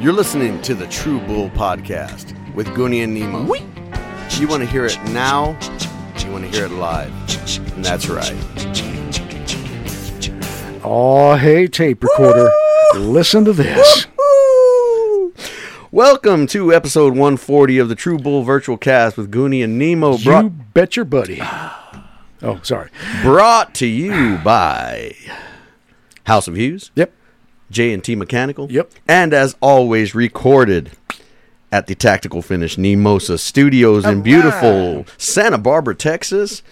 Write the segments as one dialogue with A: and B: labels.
A: You're listening to the True Bull Podcast with Goonie and Nemo. Do you want to hear it now? Do you want to hear it live? And that's right.
B: Oh, hey, tape recorder. Listen to this.
A: Welcome to episode 140 of the True Bull Virtual Cast with Goonie and Nemo,
B: You
A: brought,
B: bet your buddy. Oh, sorry.
A: brought to you by House of Hughes,
B: Yep.
A: J&T Mechanical,
B: Yep.
A: and as always, recorded at the Tactical Finish Nemosa Studios
B: Oh,
A: in beautiful Santa Barbara, Texas.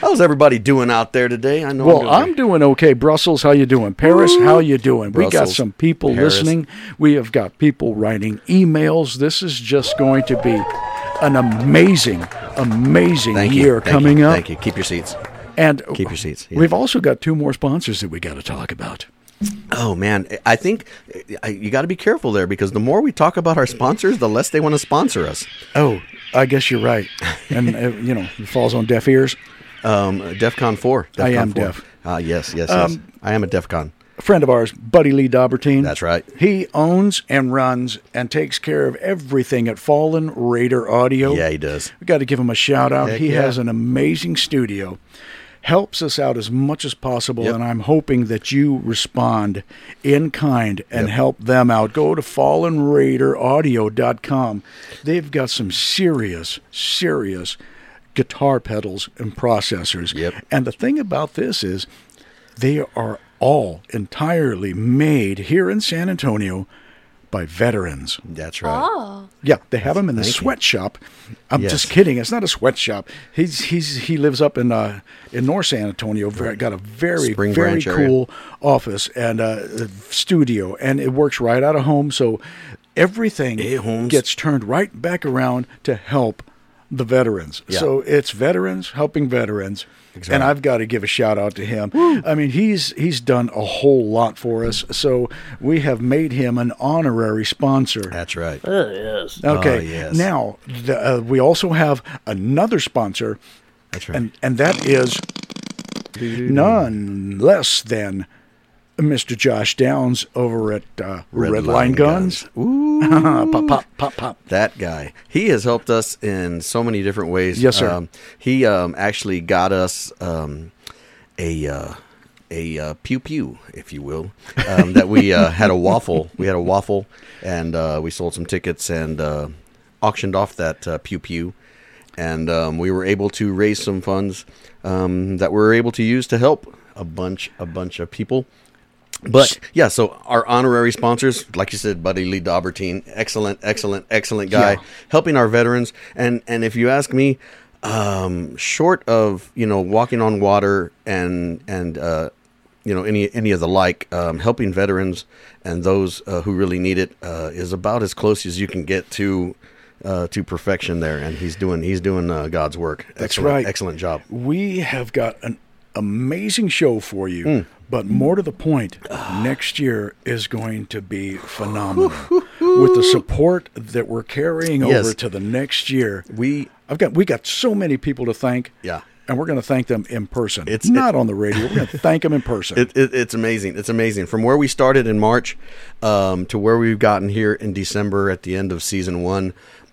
A: How's everybody doing out there today? I know
B: Well,
A: doing
B: I'm doing okay. Brussels, how you doing? Paris, how you doing? We got
A: Brussels,
B: some people
A: Paris.
B: listening. We have got people writing emails. This is just going to be an amazing, amazing
A: Thank you.
B: year
A: Thank
B: coming
A: you.
B: up.
A: Thank you. Keep your seats.
B: And
A: Keep your seats, yeah.
B: We've also got two more sponsors that we got to talk about.
A: Oh man, I think I, you got to be careful there because the more we talk about our sponsors, the less they want to sponsor us.
B: Oh, I guess you're right. And uh, you know, it falls on deaf ears.
A: Um, DefCon four. DEF
B: I
A: CON
B: am Um,
A: 4.
B: deaf.
A: Ah, yes, yes, yes. I am a DefCon.
B: a friend of ours, Buddy Lee Daubertine.
A: That's right.
B: He owns and runs and takes care of everything at Fallen Raider Audio.
A: Yeah, he does.
B: We got to give him a shout out.
A: Heck
B: he
A: yeah.
B: has an amazing studio. Helps us out as much as possible,
A: Yep.
B: and I'm hoping that you respond in kind and help them out. Go to fallenraideraudio.com. They've got some serious, serious guitar pedals and processors.
A: Yep.
B: And the thing about this is, they are all entirely made here in San Antonio by veterans.
A: That's right.
B: Yeah, they have him in the sweatshop. I'm
A: Yes.
B: just kidding. It's not a sweatshop. He's he's he lives up in uh in North San Antonio. Very, got a very
A: Spring
B: very
A: Branch area.
B: cool office and uh, studio, and it works right out of home. So everything
A: Hey, Holmes.
B: gets turned right back around to help the veterans. So it's veterans helping veterans. And I've got to give a shout out to him. I mean, he's he's done a whole lot for us. So we have made him an honorary sponsor.
A: That's right.
B: Okay.
A: Oh, yes.
B: Now the, uh, we also have another sponsor,
A: That's right.
B: and and that is none less than Mr. Josh Downs over at uh, Red, Line, Guns. pop pop pop pop.
A: That guy. He has helped us in so many different ways.
B: Yes, sir.
A: Um, he um, actually got us um, a. Uh, a uh, pew pew, if you will, um, that we uh, had a waffle. We had a waffle, and uh, we sold some tickets and uh, auctioned off that uh, pew pew, and um, we were able to raise some funds um, that we were able to use to help a bunch, a bunch of people. But yeah, so our honorary sponsors, like you said, Buddy Lee Daubertine, excellent, excellent, excellent guy,
B: Yeah.
A: helping our veterans. And and if you ask me, um, short of you know walking on water and and uh, you know any any of the like, um, helping veterans and those uh, who really need it uh, is about as close as you can get to uh, to perfection there. And he's doing he's doing uh, God's work. excellent,
B: right.
A: Excellent job.
B: We have got an amazing show for you, but more to the point, next year is going to be phenomenal with the support that we're carrying
A: Yes.
B: over to the next year.
A: We
B: I've got we got so many people to thank.
A: Yeah.
B: And we're going to thank them in person. It's
A: It's-
B: not on the radio. We're going to thank them in person.
A: It, it, it's amazing. It's amazing. From where we started in March um, to where we've gotten here in December at the end of season one,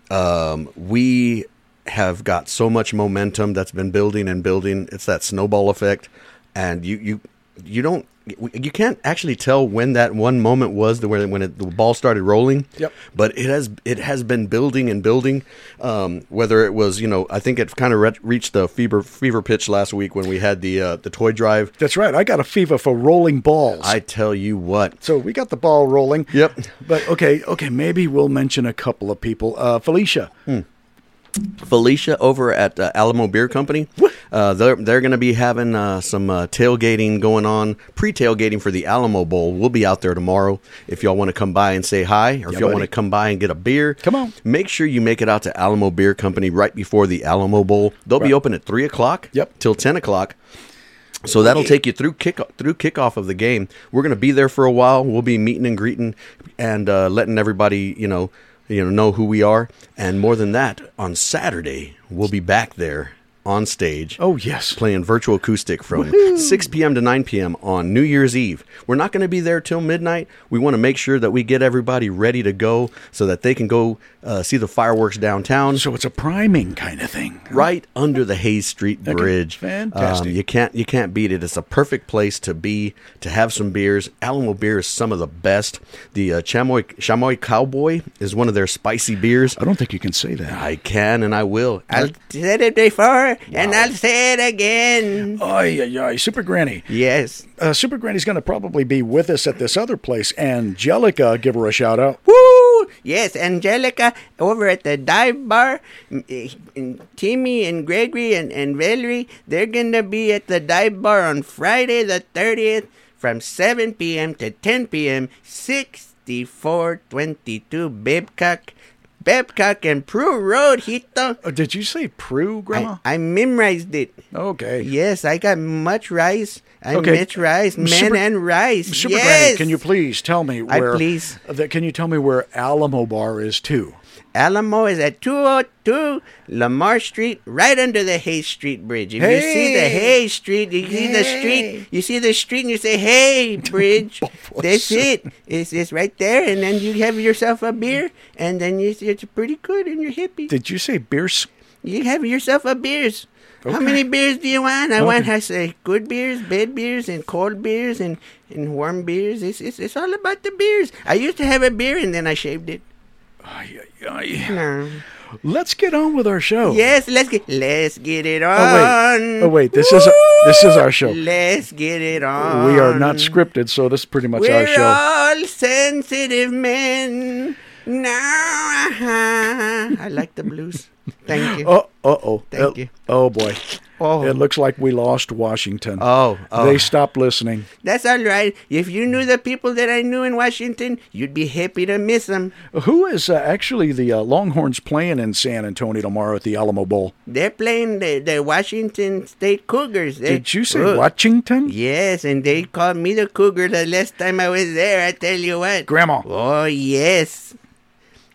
A: um, we have got so much momentum that's been building and building. It's that snowball effect, and you you you don't you can't actually tell when that one moment was the when it, the ball started rolling.
B: Yep.
A: But it has it has been building and building. Um, whether it was you know I think it kind of re- reached the fever fever pitch last week when we had the uh, the toy drive.
B: That's right. I got a fever for rolling balls.
A: I tell you what.
B: so we got the ball rolling.
A: Yep.
B: But okay, okay, maybe we'll mention a couple of people. Uh, Felicia.
A: Hmm. Felicia over at uh, Alamo Beer Company, uh, they're, they're going to be having uh, some uh, tailgating going on, pre tailgating for the Alamo Bowl. We'll be out there tomorrow if y'all want to come by and say hi or if y'all
B: buddy.
A: want to come by and get a beer.
B: Come on.
A: Make sure you make it out to Alamo Beer Company right before the Alamo Bowl. They'll be open at 3 o'clock
B: Yep.
A: till 10 o'clock. So that'll take you through kick through kickoff of the game. We're going to be there for a while. We'll be meeting and greeting and uh, letting everybody you know you know know who we are. And more than that, on Saturday we'll be back there
C: on stage.
B: Oh, yes.
C: Playing virtual acoustic from 6 p.m. to 9 p.m. on New Year's Eve. We're not going to be there till midnight. We want to make sure that we get everybody ready to go so that they can go uh, see the fireworks downtown.
B: So it's a priming kind of thing.
C: Right under the Hayes Street Bridge. Um,
B: fantastic.
C: you can't you can't beat it. It's a perfect place to be to have some beers. Alamo beer is some of the best. The uh, Chamoy Chamoy Cowboy is one of their spicy beers.
B: I don't think you can say that.
C: I can and I will. I'll said it before and I'll say it
A: Hmm.
C: again.
B: Ay, ay, ay. Super Granny.
C: Yes.
B: Uh, Super Granny's going to probably be with us at this other place. Angelica, give her a shout out.
C: Woo! Yes, Angelica over at the dive bar. m- eh, and Timmy and Gregory and, and Valerie, they're going to be at the dive bar on Friday the 30th from 7 p.m. to 10 p.m. 6422 Babcock. Babcock and Prue Road, Hito.
B: Uh, did you say Prue, Grandma?
C: I, I memorized it.
B: okay.
C: Yes, I got much rice. I
B: Okay.
C: much rice, man
B: Super-
C: and rice.
B: Super Granny,
C: yes.
B: can you please tell me where?
C: please.
B: That, can you tell me where Alamo Bar is too?
C: Alamo is at 202 Lamar Street, right under the Hayes Street Bridge. If you see the
B: Hey.
C: Hayes Street, you see the street, you see the street, and you say, "Hey, bridge." That's it. It's it's right there, and then you have yourself a beer, and then you it's pretty good, and you're hippie.
B: Did you say Bierce?
C: You have yourself a beers. How many beers do you want? I want, I say, good beers, bad beers, and cold beers, and, and warm beers. It's, it's, it's all about the beers. I used to have a beer, and then I shaved it.
B: Ay, ay, ay.
C: No.
B: Let's get on with our show.
C: Yes, let's get let's get it on.
B: Oh wait. Oh wait. This is this is our show. We
C: Let's get it on.
B: are not scripted, so this is pretty much
C: We're
B: our show.
C: all sensitive men. No, uh-huh. I like the blues. Thank you.
B: Oh, uh oh.
C: Thank you.
B: Oh boy.
C: Oh.
B: It looks like we lost Washington.
C: Oh, oh.
B: They stopped listening.
C: That's all right. If you knew the people that I knew in Washington, you'd be happy to miss them.
B: Who is uh, actually the uh, Longhorns playing in San Antonio tomorrow at the Alamo Bowl?
C: They're playing the, the Washington State Cougars. They-
B: Did you say
C: Oh,
B: Washington?
C: Yes, and they called me the Cougar the last time I was there. I tell you what.
B: Grandma.
C: Oh yes.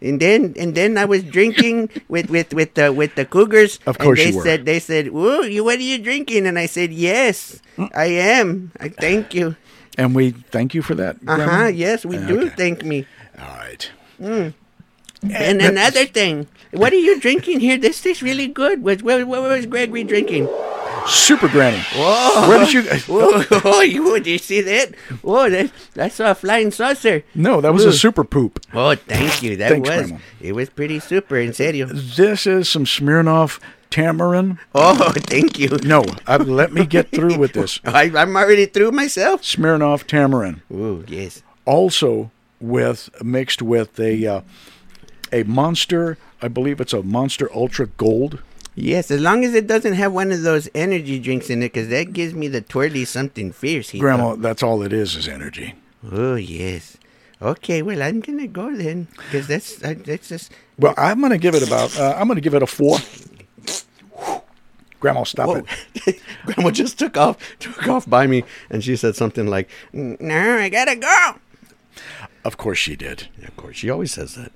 C: And then and then I was drinking with with with the with the Cougars.
B: Of course
C: and they
B: you were.
C: said they said, "Ooh, you what are you drinking?" And I said, "Yes,
B: Mm.
C: I am. I thank you."
B: And we thank you for that.
C: Uh
B: Grandma.
C: huh. Yes, we
B: Okay.
C: do
B: Eh,
C: thank me.
B: All right.
C: And another thing, what are you drinking here? This tastes really good. What what, what was Gregory drinking?
B: Super Granny. Where did you?
C: Oh, oh, you did you see that? Oh, that, I saw a flying saucer.
B: No, that was a
C: Ugh.
B: super poop.
C: Oh, thank you. That
B: Thanks,
C: was
B: Grandma.
C: it was pretty super in serio.
B: This is some Smirnoff Tamarin.
C: Oh, thank you.
B: No, uh, let me get through with this.
C: I, I'm already through myself.
B: Smirnoff Tamarin,
C: Ooh, yes.
B: also with mixed with a uh, a monster. I believe it's a Monster Ultra Gold.
C: Yes, as long as it doesn't have one of those energy drinks in it, because that gives me the twirly something fierce. Here.
B: Grandma, that's all it is is energy.
C: Oh, yes. Okay, well, I'm going to go then, because that's, uh, that's just.
B: Well, I'm going to give it about. Uh, I'm going to give it a four. Grandma, stop
C: Whoa.
B: it.
C: Grandma just took off, took off by me, and she said something like, "No, I gotta go."
B: Of course she did.
C: Of course, she always says that.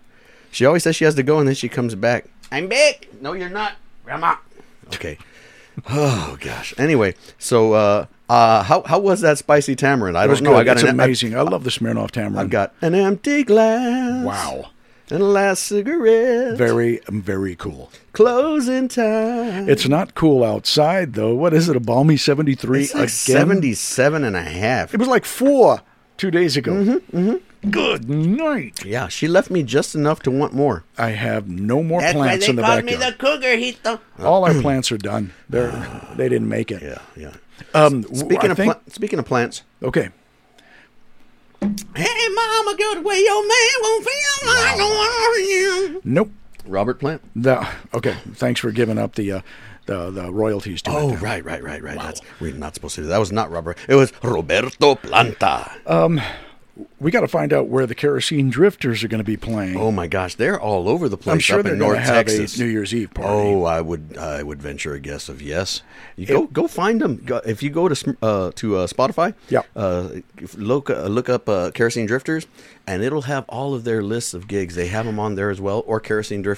C: She always says she has to go, and then she comes back. I'm back. No, you're not, Grandma. Okay. Oh gosh. Anyway, so uh, uh, how how was that spicy tamarind? I
B: It was
C: don't know. I
B: good.
C: got
B: It's
C: an, I-
B: amazing. I, love the Smirnoff Tamarin.
C: I've got an empty glass.
B: wow.
C: And a last cigarette.
B: Very, um, very cool.
C: Closing time.
B: It's not cool outside, though. What is it, a balmy 73
C: It's like
B: again?
C: 77 and a half.
B: It was like four two days ago. Mm-hmm, Good night.
C: Yeah, she left me just enough to want more.
B: I have no more plants in the backyard.
C: cougar, Hito.
B: All our plants are done. They're, they didn't make it.
C: Yeah, yeah.
B: Um, w-
C: Speaking
B: I
C: of
B: think-
C: pla- speaking of plants,
B: okay.
C: hey mama, go the way your man won't feel like you.
B: Nope.
C: Robert Plant.
B: The, okay. Thanks for giving up the uh, the, the royalties to
C: Oh
B: it.
C: right, right, right,
B: Oh.
C: right. That's we're not supposed to do that. That was not Robert. It was Roberto Planta.
B: there. we got to find out where the Kerosene Drifters are going to be playing.
A: Oh my gosh, they're all over the place
B: I'm sure
A: up
B: they're
A: in
B: going
A: North
B: to have
A: Texas.
B: a New Year's Eve party.
A: Oh, I would I would venture a guess of yes. You go go find them go, if you go to Sm- uh, to uh, Spotify.
B: Yeah.
A: Uh, if- look uh, look up uh, Kerosene Drifters, and it'll have all of their lists of gigs. They have them on there as well, or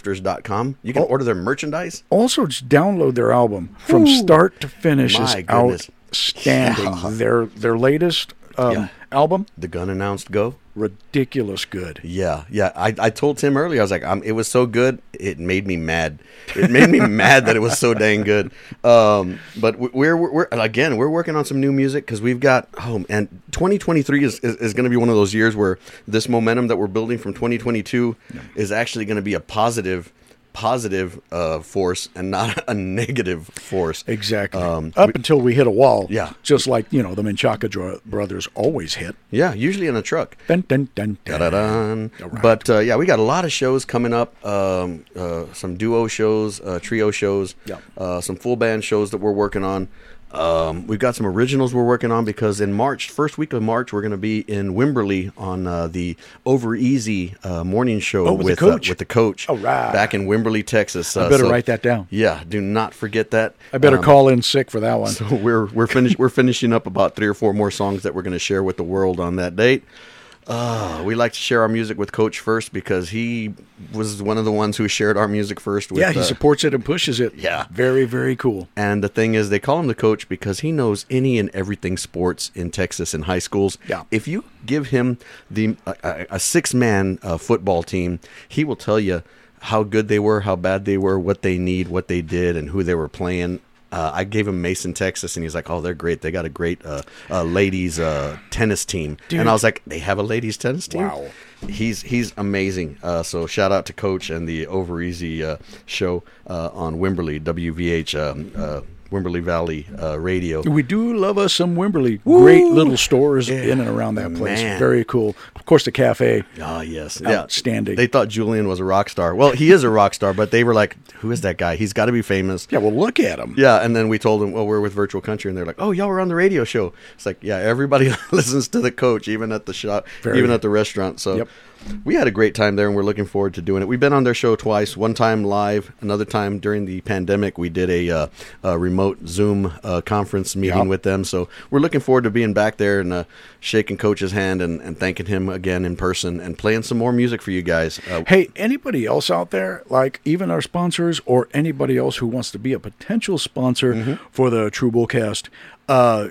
A: kerosenedrifters.com. You can order their merchandise.
B: Also, just download their album from
A: Whew.
B: start to finish.
A: My
B: is
A: goodness.
B: outstanding. Their their latest um,
A: Yeah.
B: album,
A: The gun announced go.
B: ridiculous good.
A: Yeah, yeah. I, I told Tim earlier. I was like, um, it was so good. It made me mad. It made me mad that it was so dang good. Um, but we- we're, we're, we're again we're working on some new music because we've got oh, and 2023 is is, is going to be one of those years where this momentum that we're building from 2022 is actually going to be a positive positive uh, force and not a negative force.
B: Exactly.
A: Um,
B: Up until we hit a wall.
A: Yeah.
B: Just like you know the Menchaca dro- brothers always hit.
A: Yeah, usually in a truck.
B: Dun, dun, dun, dun.
A: Da-da-dun. But uh, yeah, we got a lot of shows coming up. Um, uh, some duo shows, uh, trio shows,
B: Yeah.
A: uh, some full band shows that we're working on. Um, we've got some originals we're working on because in March, first week of March, we're going to be in Wimberley on uh, the Over Easy uh, morning show
B: Oh, with the
A: uh,
B: coach.
A: with the coach.
B: All right.
A: back in Wimberley, Texas. Uh,
B: better write that down.
A: Yeah, do not forget that.
B: I better
A: Um,
B: call in sick for that one.
A: so we're we're finish we're finishing up about three or four more songs that we're going to share with the world on that date. Uh, we like to share our music with Coach first because he was one of the ones who shared our music first. With,
B: yeah, he
A: uh,
B: supports it and pushes it.
A: Yeah.
B: Very very cool.
A: and the thing is, they call him the coach because he knows any and everything sports in Texas in high schools.
B: Yeah.
A: If you give him the a- a, a six man uh, football team, he will tell you how good they were, how bad they were, what they need, what they did, and who they were playing. Uh, I gave him Mason, Texas, and he's like, "Oh, they're great. They got a great uh, uh, ladies uh, tennis team." And I was like, "They have a ladies tennis team."
B: Wow.
A: He's he's amazing. Uh, so shout out to Coach and the Over Easy uh, show uh, on Wimberley WVH um, uh, Wimberley Valley uh, Radio.
B: We do love us some Wimberley. Great little stores in and around that place.
A: Man.
B: Very cool. Of course, the cafe.
A: Ah yes,
B: Outstanding.
A: Yeah. They thought Julian was a rock star. Well, he is a rock star, but they were like, "Who is that guy? He's got to be famous."
B: Yeah, well, look at them.
A: Yeah, and then we told them, well, we're with Virtual Country, and they're like, oh, y'all were on the radio show. It's like, yeah, everybody listens to the coach, even at the shop,
B: Very.
A: even at the restaurant. So
B: Yep.
A: we had a great time there, and we're looking forward to doing it. We've been on their show twice, one time live, another time during the pandemic. We did a, uh, a remote Zoom uh, conference meeting
B: Yep.
A: with them. So we're looking forward to being back there and uh, shaking Coach's hand and, and thanking him again in person and playing some more music for you guys. Uh,
B: Hey, anybody else out there, like even our sponsors or anybody else who wants to be a potential sponsor for the True Bullcast, uh,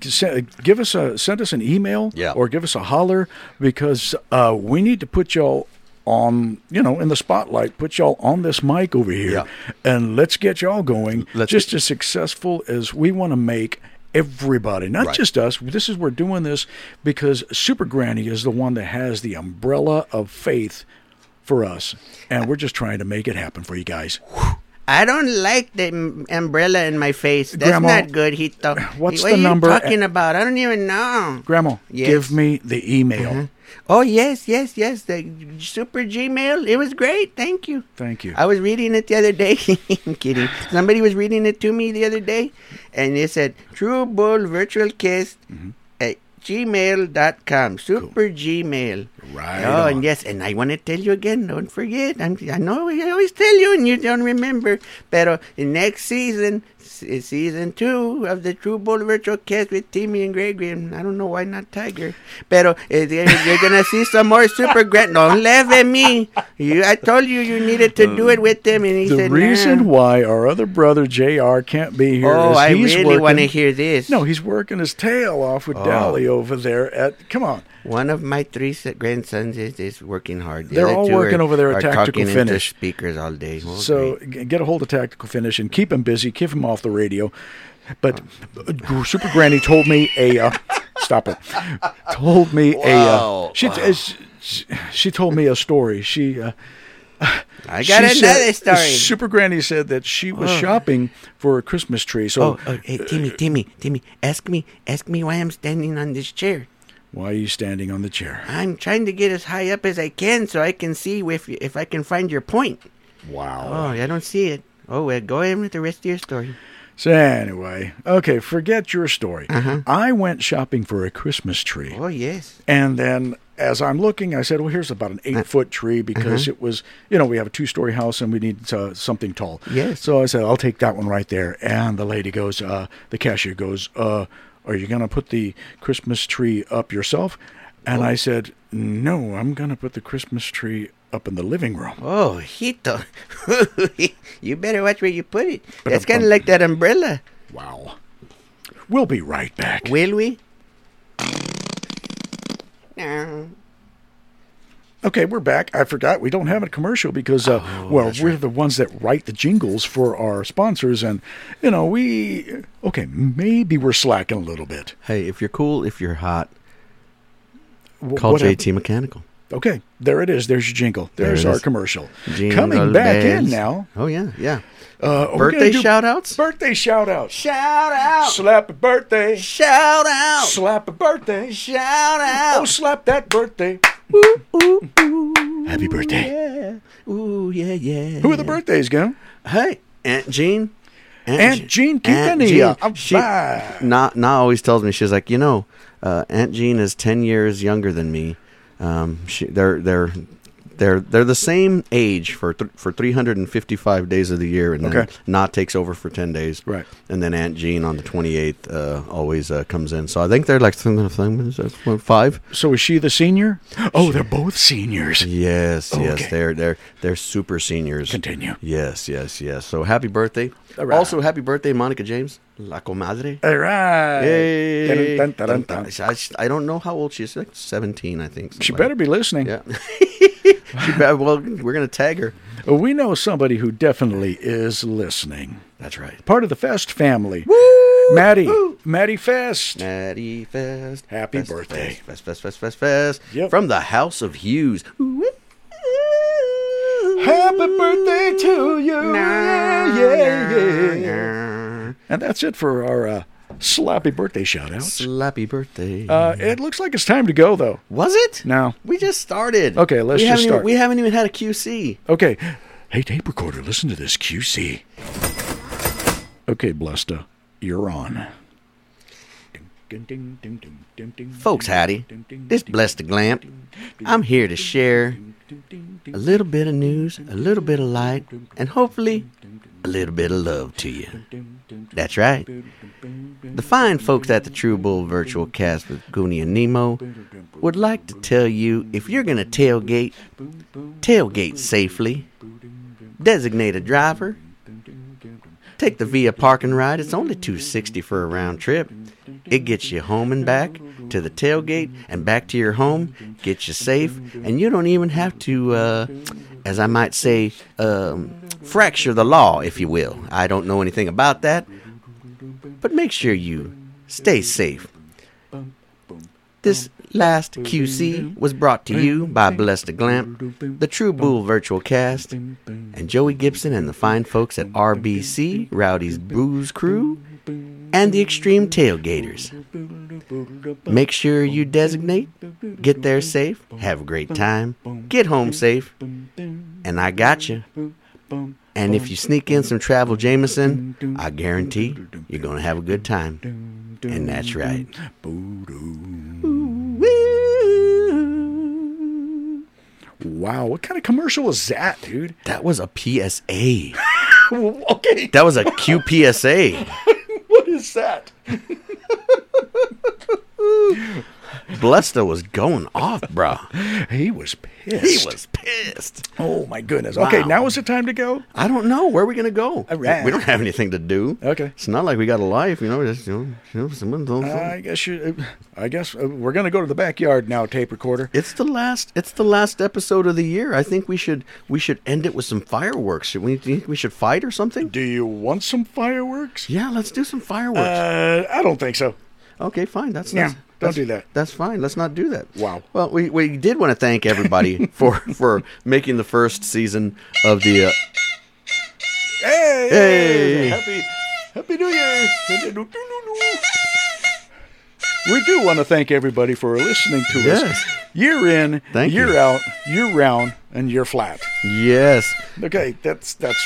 B: g- se- give us a send us an email
A: Yeah.
B: or give us a holler because uh, we need to put y'all on you know in the spotlight put y'all on this mic over here
A: Yeah.
B: and let's get y'all going
A: Let's-
B: just as successful as we want to make everybody not
A: Right.
B: just us this is we're doing this because super granny is the one that has the umbrella of faith for us, and we're just trying to make it happen for you guys.
C: I don't like the m- umbrella in my face. That's
B: Grandma,
C: not good, Hito.
B: what's
C: what
B: the
C: are
B: number?
C: you talking about? I don't even know.
B: Grandma,
C: Yes.
B: give me the email.
C: oh yes, yes, yes. The Super Gmail. It was great. Thank you.
B: Thank you.
C: I was reading it the other day. I'm kidding. Somebody was reading it to me the other day, and it said True Bull Virtual Kiss
B: Mm-hmm.
C: at gmail.com. Super Gmail.
B: Right
C: Oh,
B: on.
C: and yes, and I want to tell you again. Don't forget. I'm, I know I always tell you, and you don't remember. But next season, se- season two of the True Bull Virtual Kiss with Timmy and Gregory. And I don't know why not Tiger. But you're gonna see some more Super Grant. Don't laugh at me. You, I told you you needed to do it with them, and he
B: the
C: said,
B: reason
C: "Nah."
B: why our other brother Jr. can't be here
C: Oh,
B: is
C: I
B: he's
C: really want to
B: working-
C: hear Oh. this.
B: No, he's working his tail off with Dolly over there. At come on,
C: One of my three s- grandsons is, is working hard. The
B: They're
C: other
B: all
C: two
B: working
C: are-
B: over there at
C: are
B: Tactical
C: talking into
B: Finish.
C: speakers all day. Oh,
B: so
C: great.
B: g- get a hold of tactical finish and keep him busy, keep him off the radio. But uh, Super Granny told me a uh, stop it. Told me a uh,
A: Wow,
B: she,
A: wow.
B: uh, she she told me a story. She. Uh,
C: I got
B: She
C: another
B: said-
C: story.
B: Super Granny said that she was shopping for a Christmas tree. So
C: Oh, oh, hey, Timmy, Timmy, Timmy, ask me, ask me why I'm standing on this chair.
B: why are you standing on the chair?
C: I'm trying to get as high up as I can so I can see if if I can find your point.
B: Wow.
C: Oh, I don't see it. Oh, well, go ahead with the rest of your story.
B: So anyway, okay, forget your story. I went shopping for a Christmas tree.
C: Oh, yes.
B: And then as I'm looking, I said, "Well, here's about an eight foot tree because it was, you know, we have a two story house and we need uh, something tall."
C: Yes.
B: So I said, "I'll take that one right there." And the lady goes, uh, the cashier goes, uh, "Are you gonna put the Christmas tree up yourself?" And I said, "No, I'm gonna put the Christmas tree up in the living room."
C: Oh, hito. you better watch where you put it. That's kind of like that umbrella.
B: Wow. We'll be right back.
C: Will we? No.
B: Okay, we're back. I forgot we don't have a commercial because, uh,
A: Oh,
B: well, we're the ones that write the jingles for our sponsors, and you know we okay maybe we're slacking a little bit.
A: Hey, if you're cool, if you're hot,
B: Wh-
A: call
B: what hap-
A: JT Mechanical.
B: Okay, there it is. There's your jingle. There's
A: it
B: our
A: is.
B: commercial.
A: Jingle
B: Coming back
A: bells.
B: in now.
A: Oh yeah, yeah.
B: Uh, we're
A: Birthday
B: gonna do
A: shout outs?
B: Birthday shout out.
C: Shout out.
B: Slap a birthday.
C: Shout out.
B: Slap a birthday.
C: Shout
B: Oh,
C: out.
B: slap that birthday.
C: Ooh, ooh,
B: Happy birthday.
C: yeah. Ooh, yeah, yeah.
B: Who are the birthdays, Gil?
A: Hey, Aunt Jean.
B: Aunt
A: Je-
B: Jean
A: Aunt
B: Quintanilla.
A: Jean.
B: I'm
A: She,
B: back.
A: Na, Na always tells me she's like, you know, uh, Aunt Jean is ten years younger than me. Um, she, they're they're they're they're the same age for th- for 355 days of the year, and then
B: Okay.
A: Na takes over for 10 days,
B: Right.
A: And then Aunt Jean on the 28th uh, always uh, comes in. So I think they're like something something- five.
B: So is she the senior? Oh, they're both seniors.
A: Yes, yes,
B: Okay.
A: they're they're they're super seniors.
B: Continue.
A: Yes, yes, yes. So happy birthday.
B: All right.
A: Also, happy birthday, Monica James, la comadre.
B: All right.
A: Hey.
B: Dun, dun, dun, dun, dun.
A: I, I don't know how old she is. Like Seventeen, I think.
B: She
A: something
B: better be listening.
A: like- Yeah. she better. Well, we're gonna tag her.
B: We know somebody who definitely is listening.
A: That's right.
B: Part of the Fest family. Maddie. Maddie Fest.
A: Natty Fest.
B: Happy
A: Fest,
B: birthday.
A: Fest, Fest, Fest, Fest, Fest.
B: Yep.
A: From the House of Hughes.
B: Happy birthday to you. yeah, yeah, yeah. And that's it for our uh, slappy birthday shout outs.
A: Slappy birthday.
B: Uh, it looks like it's time to go, though.
A: Was it?
B: No.
A: We just started.
B: Okay, let's
A: we
B: just
A: haven't even-
B: start.
A: we haven't even had a QC.
B: Okay. Hey, tape recorder, listen to this QC. Okay, Blesta, you're on.
A: Folks, howdy. This blessed the glamp. I'm here to share a little bit of news, a little bit of light, and hopefully a little bit of love to you. That's right. The fine folks at the True Bull Virtual Cast with Goonie and Nemo would like to tell you if you're going to tailgate, tailgate safely, designate a driver, Take the Via parking ride. It's only 260 for a round trip. It gets you home and back to the tailgate and back to your home. Gets you safe, and you don't even have to, uh, as I might say, um, fracture the law, if you will. I don't know anything about that, but make sure you stay safe. This last QC was brought to you by Bless the Glamp, the True Bull Virtual Cast, and Joey Gibson and the fine folks at RBC, Rowdy's Booze Crew, and the Extreme Tailgaters. Make sure you designate, get there safe, have a great time, get home safe, and I got you. And if you sneak in some Travel Jameson, I guarantee you're going to have a good time. And that's right.
B: Wow, what kind of commercial is that, dude?
A: That was a PSA.
B: okay,
A: That was a QPSA.
B: what is that?
A: Blesta was going off, bruh.
B: He was pissed.
A: He was pissed.
B: Oh my goodness. Okay,
A: Wow.
B: now is the time to go.
A: I don't know where are we gonna go.
B: All right.
A: We don't have anything to do.
B: Okay.
A: It's not like we got a life, you know. we Just you know, you know, someone-
B: Uh, I guess you. I guess uh, we're gonna go to the backyard now, tape recorder.
A: it's the last. It's the last episode of the year. I think we should we should end it with some fireworks. Should we? do you think We should fight or something.
B: Do you want some fireworks?
A: Yeah, let's do some fireworks.
B: Uh, I don't think so.
A: Okay, fine. That's
B: Yeah,
A: that's-
B: don't
A: that's-
B: do that.
A: That's fine. Let's not do that.
B: Wow.
A: Well, we, we did want to thank everybody for for making the first season of the. Uh,
B: Hey!
A: Hey!
B: Happy, happy New Year! We do want to thank everybody for listening to us
A: Yes.
B: year in,
A: Thank
B: year
A: you.
B: out, year round, and year flat.
A: yes,
B: Okay, that's that's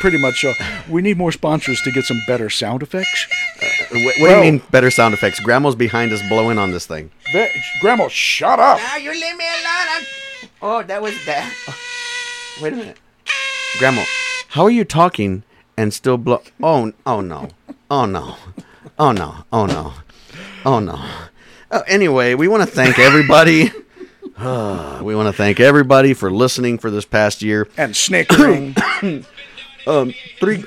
B: pretty much all. We need more sponsors to get some better sound effects.
A: Wh- What,
B: Well-
A: do you mean better sound effects? Grandma's behind us blowing on this thing.
B: Ve- Grandma, shut up.
C: Now you leave me alone. I'm... Oh, that was that. Oh, Wait a minute.
A: Grandma, how are you talking and still blow? Oh, n- oh no, oh no, oh no, oh no, oh no. Oh, anyway, we want to thank everybody. Ah, we want to thank everybody for listening for this past year.
B: And snickering.
A: three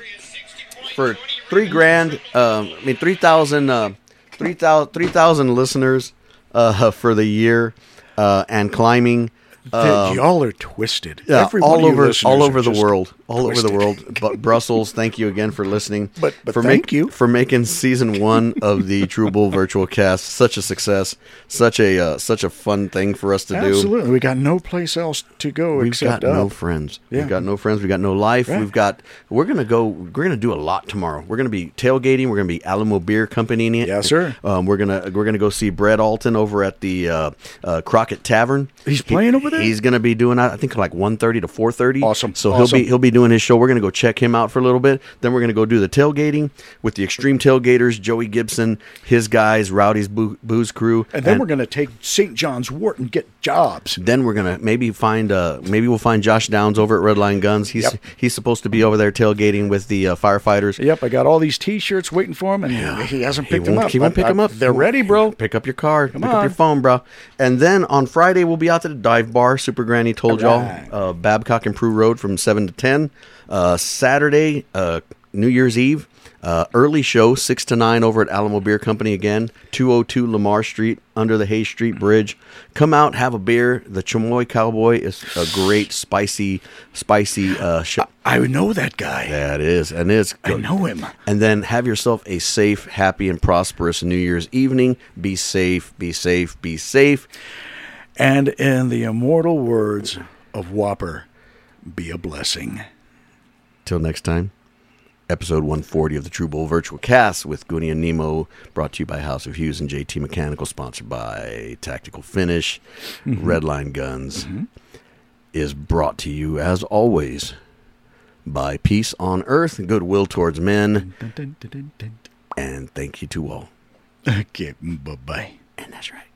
A: for three grand. Um, I mean three thousand. Uh, 3,000 3,000 listeners uh, for the year uh, and climbing. uh,
B: Dude, y'all are twisted.
A: Um, Yeah,
B: Every one
A: all
B: of you
A: over,
B: listeners
A: all
B: are
A: over the
B: just-
A: world, all over the
B: twisted.
A: world. But Brussels, thank you again for listening.
B: But- but
A: for
B: thank you.
A: for making season one of the True Bull Virtual Cast such a success, such a uh, such a fun thing for us to do.
B: Absolutely. We got no place else to go
A: We've
B: except
A: got no
B: up.
A: friends.
B: Yeah.
A: We've got no friends. We've got no life.
B: Right.
A: We've got. We're gonna go. We're gonna do a lot tomorrow. We're gonna be tailgating. We're gonna be Alamo Beer Company. in it.
B: Yes, sir.
A: Um, we're gonna we're gonna go see Brett Alton over at the uh, uh, Crockett Tavern.
B: He's playing over there?
A: He's gonna be doing I think like 1.30 to four thirty.
B: Awesome.
A: So he'll
B: Awesome.
A: be he'll be doing his show. We're gonna go check him out for a little bit. Then we're gonna go do the tailgating with the Extreme Tailgaters, Joey Gibson, his guys, Rowdy's Boo- Booze Crew,
B: And then we're going to take St. John's Wort and get jobs.
A: then we're gonna maybe find uh maybe we'll find Josh Downs over at Redline Guns. He's
B: Yep.
A: he's supposed to be over there tailgating with the uh, firefighters.
B: Yep, I got all these T-shirts waiting for him, and he hasn't
A: He
B: picked them
A: won't,
B: up.
A: he won't
B: I-
A: pick
B: I-
A: them up.
B: They're ready, bro.
A: Pick up your car. pick up
B: on.
A: your phone, bro. And then on Friday we'll be out to the dive bar. Super Granny told
B: Right.
A: y'all. Uh, Babcock and Prue Road from seven to ten. Uh, Saturday, uh, New Year's Eve, uh, early show six to nine over at Alamo Beer Company again, two oh two Lamar Street under the Hayes Street Bridge. Come out, have a beer. The Chamoy Cowboy is a great spicy, spicy uh, show.
B: I know that guy.
A: That is, and it's
B: I
A: good.
B: know him.
A: And then have yourself a safe, happy, and prosperous New Year's evening. Be safe, be safe, be safe.
B: And in the immortal words of Whopper, be a blessing.
A: Till next time, episode 140 of the True Bull Virtual Cast with Goonie and Nemo, brought to you by House of Hughes and JT Mechanical, sponsored by Tactical Finish, Redline Guns, is brought to you as always by Peace on Earth, Goodwill Towards Men,
B: Dun, dun, dun, dun, dun.
A: and thank you to all.
B: Okay, bye bye.
A: And that's right.